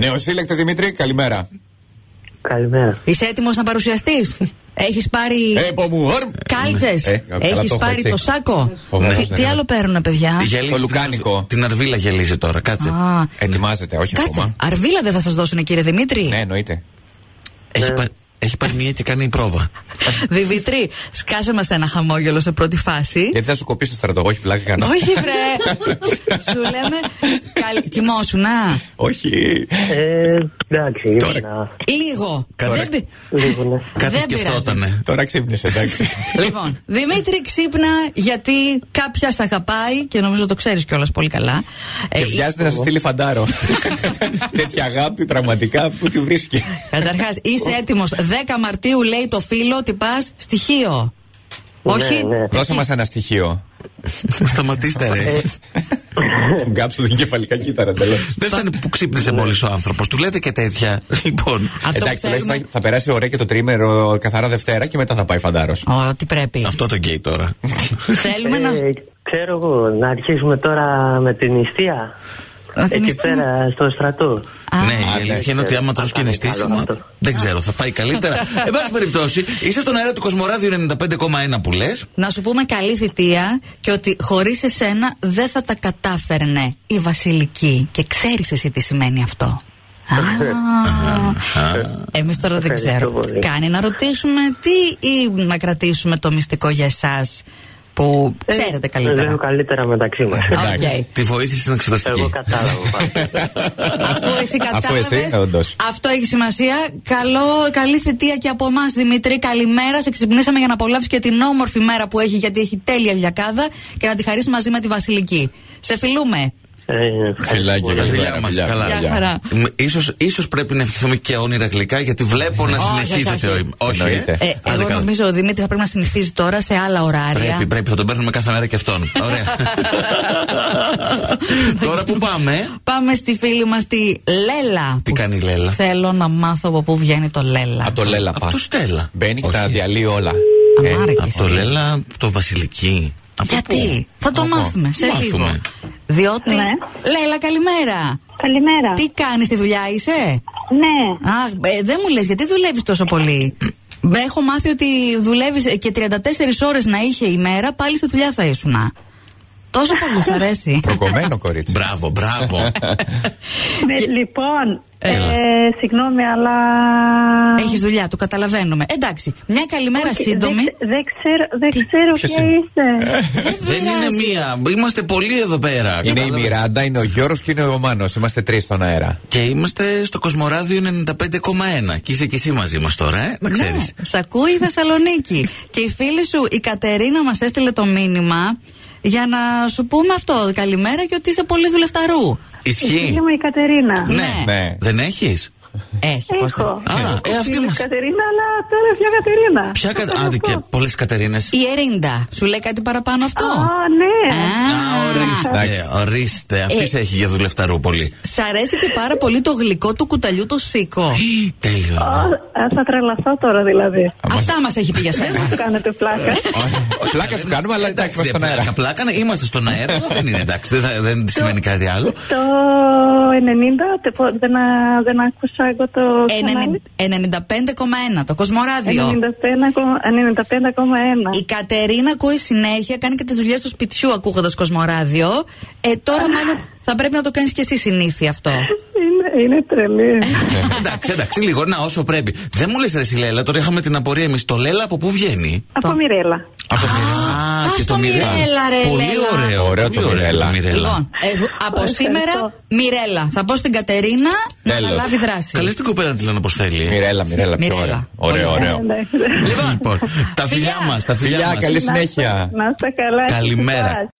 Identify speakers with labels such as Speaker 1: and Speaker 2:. Speaker 1: Νεοσύλλεκτε Δημήτρη, καλημέρα.
Speaker 2: Καλημέρα.
Speaker 3: Είσαι έτοιμος να παρουσιαστείς. Έχεις πάρει.
Speaker 1: Έπο μου, όρμ.
Speaker 3: Κάλτσες.
Speaker 1: Ε, καλά, το
Speaker 3: Έχει
Speaker 1: έχω,
Speaker 3: πάρει
Speaker 1: έτσι.
Speaker 3: το σάκο.
Speaker 1: Φοβερός,
Speaker 3: Τι-
Speaker 1: ναι,
Speaker 3: Τι
Speaker 1: ναι.
Speaker 3: άλλο παίρνουν, παιδιά.
Speaker 1: Το λουκάνικο.
Speaker 4: Την αρβίλα γελίζει τώρα, κάτσε.
Speaker 3: Α,
Speaker 1: Ετοιμάζεται, όχι
Speaker 3: Κάτσε.
Speaker 1: ακόμα.
Speaker 3: Αρβίλα δεν θα σας δώσουν, κύριε Δημήτρη.
Speaker 1: Ναι, εννοείται.
Speaker 4: Έχει, πα- έχει πάρει μία και κάνει πρόβα.
Speaker 3: Δημήτρη, σκάσε μας ένα χαμόγελο σε πρώτη φάση.
Speaker 1: Γιατί θα σου κοπήσει το στρατό, όχι πλάκα κανένα.
Speaker 3: Όχι, βρε. Σου λέμε. καλ- Κοιμόσουν, α.
Speaker 1: Όχι.
Speaker 2: Ε, εντάξει, ήμουν
Speaker 3: Λίγο. Δεν πει-
Speaker 2: λίγο, ναι.
Speaker 4: Κάτι
Speaker 3: Δεν πειράζει.
Speaker 4: σκεφτότανε.
Speaker 1: Τώρα ξύπνησε, εντάξει.
Speaker 3: Λοιπόν, Δημήτρη, ξύπνα γιατί κάποια σ' αγαπάει και νομίζω το ξέρεις κιόλας πολύ καλά.
Speaker 1: Και
Speaker 3: Ε,
Speaker 1: βιάζεται να σε στείλει φαντάρο. Τέτοια αγάπη πραγματικά που τη βρίσκει.
Speaker 3: Καταρχάς, είσαι έτοιμο. 10 Μαρτίου λέει το φίλο ότι πας στοιχείο. Όχι.
Speaker 2: ναι.
Speaker 1: Δώσε μας ένα στοιχείο.
Speaker 4: Σταματήστε,
Speaker 3: Ε.
Speaker 4: ρε.
Speaker 1: Τον κάψω την κεφαλικά κύτταρα τέλος.
Speaker 4: Δεν φτάνει που ξύπνησε μόλις ο άνθρωπος. Του λέτε και τέτοια. Λοιπόν,
Speaker 3: Αυτό
Speaker 1: Εντάξει,
Speaker 3: ξέρουμε.
Speaker 1: τουλάχιστον θα, θα περάσει ωραία και το τρίμερο καθαρά Δευτέρα και μετά θα πάει φαντάρος.
Speaker 3: Ό,τι πρέπει.
Speaker 4: αυτό το γκέι τώρα.
Speaker 3: Θέλουμε να.
Speaker 2: Ε, ξέρω εγώ, να αρχίσουμε τώρα με την νηστεία.
Speaker 3: Να την
Speaker 2: Εκεί
Speaker 3: νηστεία.
Speaker 2: πέρα, στο στρατό.
Speaker 3: Α,
Speaker 4: ναι, η
Speaker 1: εντάξει.
Speaker 4: αλήθεια είναι ότι άμα τρως και
Speaker 2: Πάμε
Speaker 4: νηστίσιμα.
Speaker 2: καλό αυτό.
Speaker 4: Δεν ξέρω, θα πάει καλύτερα. Εν πάση περιπτώσει, είσαι στον αέρα του Κοσμοράδιου 95,1 που λες.
Speaker 3: Να σου πούμε καλή θητεία και ότι χωρίς εσένα δεν θα τα κατάφερνε η Βασιλική. Και ξέρεις εσύ τι σημαίνει αυτό. Εμείς τώρα δεν
Speaker 2: Ευχαριστώ
Speaker 3: ξέρουμε.
Speaker 2: πολύ.
Speaker 3: Κάνει να ρωτήσουμε τι ή να κρατήσουμε το μυστικό για εσάς που
Speaker 2: Ε,
Speaker 3: ξέρετε καλύτερα.
Speaker 2: Λέω καλύτερα μεταξύ μας.
Speaker 3: Οκ.
Speaker 1: εντάξει.
Speaker 4: Τη βοήθησες στην
Speaker 2: Εγώ
Speaker 4: εξεταστική.
Speaker 2: κατάλαβα. πάντως.
Speaker 3: Αφού εσύ
Speaker 1: Αφού εσύ,
Speaker 3: κατάλαβες,
Speaker 1: όντως.
Speaker 3: Αυτό έχει σημασία. Καλό, καλή θητεία και από εμάς, Δημήτρη. Καλημέρα. Σε ξυπνήσαμε για να απολαύσει και την όμορφη μέρα που έχει, γιατί έχει τέλεια λιακάδα και να τη χαρίσει μαζί με τη Βασιλική. Σε φιλούμε.
Speaker 2: Ε, ευχαριστώ
Speaker 1: Φιλάκια,
Speaker 2: πολύ.
Speaker 4: Τα φιλιά
Speaker 1: Καλημέρα,
Speaker 4: μας,
Speaker 1: φιλιά.
Speaker 4: καλά.
Speaker 3: Γεια χαρά.
Speaker 4: Μ, Ίσως, ίσως πρέπει να ευχηθούμε και όνειρα γλυκά γιατί βλέπω να
Speaker 3: Όχι,
Speaker 4: συνεχίζεται
Speaker 3: όχι.
Speaker 4: ο ημ- Όχι, ε.
Speaker 1: Εννοείται.
Speaker 3: Ε,
Speaker 4: Άντε
Speaker 3: εγώ
Speaker 4: καλά.
Speaker 3: νομίζω ο Δημήτρη θα πρέπει να συνηθίζει τώρα σε άλλα ωράρια.
Speaker 4: Πρέπει, πρέπει, θα τον παίρνουμε κάθε μέρα και αυτόν. Ωραία. Τώρα που πάμε.
Speaker 3: Πάμε στη φίλη μας τη Λέλα.
Speaker 4: Τι
Speaker 3: που
Speaker 4: κάνει η Λέλα?
Speaker 3: Θέλω να μάθω από πού βγαίνει το Λέλα.
Speaker 1: Από το Λέλα
Speaker 4: Από
Speaker 1: πα.
Speaker 4: το Στέλλα.
Speaker 1: Μπαίνει και τα
Speaker 4: Όχι.
Speaker 1: διαλύει όλα. Ε,
Speaker 3: Αμάρικη.
Speaker 4: Από το Λέλα, από το Βασιλική. Από
Speaker 3: Γιατί, θα το
Speaker 1: Από-
Speaker 3: μάθουμε σε λίγο.
Speaker 4: Μάθουμε.
Speaker 3: Διότι.
Speaker 5: Ναι.
Speaker 3: Λέλα, καλημέρα.
Speaker 5: Καλημέρα.
Speaker 3: Τι κάνεις στη δουλειά είσαι.
Speaker 5: Ναι,
Speaker 3: Αχ, ε, δεν μου λες, γιατί δουλεύεις τόσο πολύ. Μ, Έχω μάθει ότι δουλεύεις και 34 ώρες να είχε η μέρα, πάλι στη δουλειά θα ήσουν. Τόσο πολύ σ' αρέσει.
Speaker 1: Προκομμένο κορίτσι.
Speaker 4: Μπράβο, μπράβο.
Speaker 5: με- λοιπόν,
Speaker 4: Έλα.
Speaker 5: ε, συγγνώμη, αλλά.
Speaker 3: Έχεις δουλειά, το καταλαβαίνουμε. Εντάξει, μια καλημέρα
Speaker 5: Όχι,
Speaker 3: σύντομη.
Speaker 5: Δεν, ξε- δεν ξέρω, δεν ξέρω
Speaker 1: ποιος
Speaker 5: ποια
Speaker 1: είναι? Ε,
Speaker 5: είστε.
Speaker 4: Δεν είναι μία. Είμαστε πολλοί εδώ πέρα.
Speaker 1: Είναι η
Speaker 4: κατάλαβες.
Speaker 1: Μιράντα, είναι ο Γιώργο και είναι ο Μάνος. Είμαστε τρεις στον αέρα.
Speaker 4: Και είμαστε στο Κοσμοράδιο 95,1. Και είσαι και εσύ μαζί μας τώρα, ε, να ξέρει.
Speaker 3: Ναι, σ' ακούει η Θεσσαλονίκη. και η φίλη σου, η Κατερίνα, μας έστειλε το μήνυμα για να σου πούμε αυτό. Καλημέρα και ότι είσαι πολύ δουλευταρού.
Speaker 5: Η
Speaker 4: Ισχύει.
Speaker 5: φίλη μου η Κατερίνα.
Speaker 3: Ναι.
Speaker 1: Ναι.
Speaker 4: Δεν έχεις.
Speaker 3: Έχει. πώς θα-
Speaker 5: Έχω.
Speaker 4: Α, ε, αυτή
Speaker 5: Φίλη
Speaker 4: μας.
Speaker 5: Κατερίνα, αλλά τώρα ποια Κατερίνα.
Speaker 4: Ποια
Speaker 5: Θα
Speaker 4: κατα...
Speaker 5: σας
Speaker 4: Άντε
Speaker 5: πω.
Speaker 4: και πολλές Κατερίνες.
Speaker 3: Η Ερίντα, σου λέει κάτι παραπάνω αυτό.
Speaker 5: Α, ναι.
Speaker 3: Α,
Speaker 4: Ορίστε, ορίστε. Αυτής
Speaker 3: Ε.
Speaker 4: σε έχει για δουλευταρού πολύ.
Speaker 3: Σ' αρέσει και πάρα πολύ το γλυκό του κουταλιού το σίκο.
Speaker 4: Τέλειο.
Speaker 5: Α, α, θα τρελαθώ τώρα δηλαδή.
Speaker 3: Αυτά μας έχει πει για σένα.
Speaker 5: Μου Κάνετε πλάκα.
Speaker 1: Όχι, Πλάκα σου κάνουμε, αλλά εντάξει, είμαστε στον αέρα.
Speaker 4: Πλάκα, πλάκα, ναι, είμαστε στον αέρα. δεν είναι εντάξει, δεν, θα- δεν σημαίνει κάτι άλλο.
Speaker 5: Το 90 τε- πο- δεν, α- δεν άκουσα εγώ το κανάλι.
Speaker 3: 95,1 το Κοσμοράδιο.
Speaker 5: 95,1.
Speaker 3: Η Κατερίνα ακούει συνέχεια, κάνει και τις δουλειές του σπιτιού ακούγοντας Κοσμοράδιο. Ε, τώρα μάλλον θα πρέπει να το κάνεις και εσύ συνήθεια αυτό.
Speaker 5: Είναι, είναι τρελή.
Speaker 4: εντάξει, εντάξει, λίγο, να όσο πρέπει. Δεν μου λες, Ρε Σιλέλα, τώρα είχαμε την απορία εμείς. Το Λέλα από πού βγαίνει.
Speaker 5: Από Μιρέλα.
Speaker 1: Από την
Speaker 4: Α,
Speaker 3: πας στο Μιρέλα, ρε,
Speaker 4: Πολύ
Speaker 3: Λέλα.
Speaker 4: ωραίο.
Speaker 1: Ωραίο
Speaker 4: πολύ
Speaker 1: το
Speaker 4: ωραίο
Speaker 1: Μιρέλα.
Speaker 3: Λοιπόν, εγώ, από
Speaker 5: Ευχαριστώ.
Speaker 3: σήμερα Μιρέλα. Θα πω στην Κατερίνα να
Speaker 1: Τέλος.
Speaker 3: αναλάβει δράση.
Speaker 4: Καλές την κοπέλα να τη λένε όπως θέλει.
Speaker 1: Μιρέλα, Μιρέλα, πιο
Speaker 3: Μιρέλα.
Speaker 1: ωραίο. Ωραίο, ωραίο.
Speaker 5: Εντάξει.
Speaker 4: Λοιπόν, τα φιλιά
Speaker 3: Φιλιά.
Speaker 4: μας, τα φιλιά
Speaker 1: Φιλιά,
Speaker 4: μας.
Speaker 1: καλή
Speaker 5: Να είστε-
Speaker 1: συνέχεια.
Speaker 5: Να είστε καλά.
Speaker 4: Καλημέρα.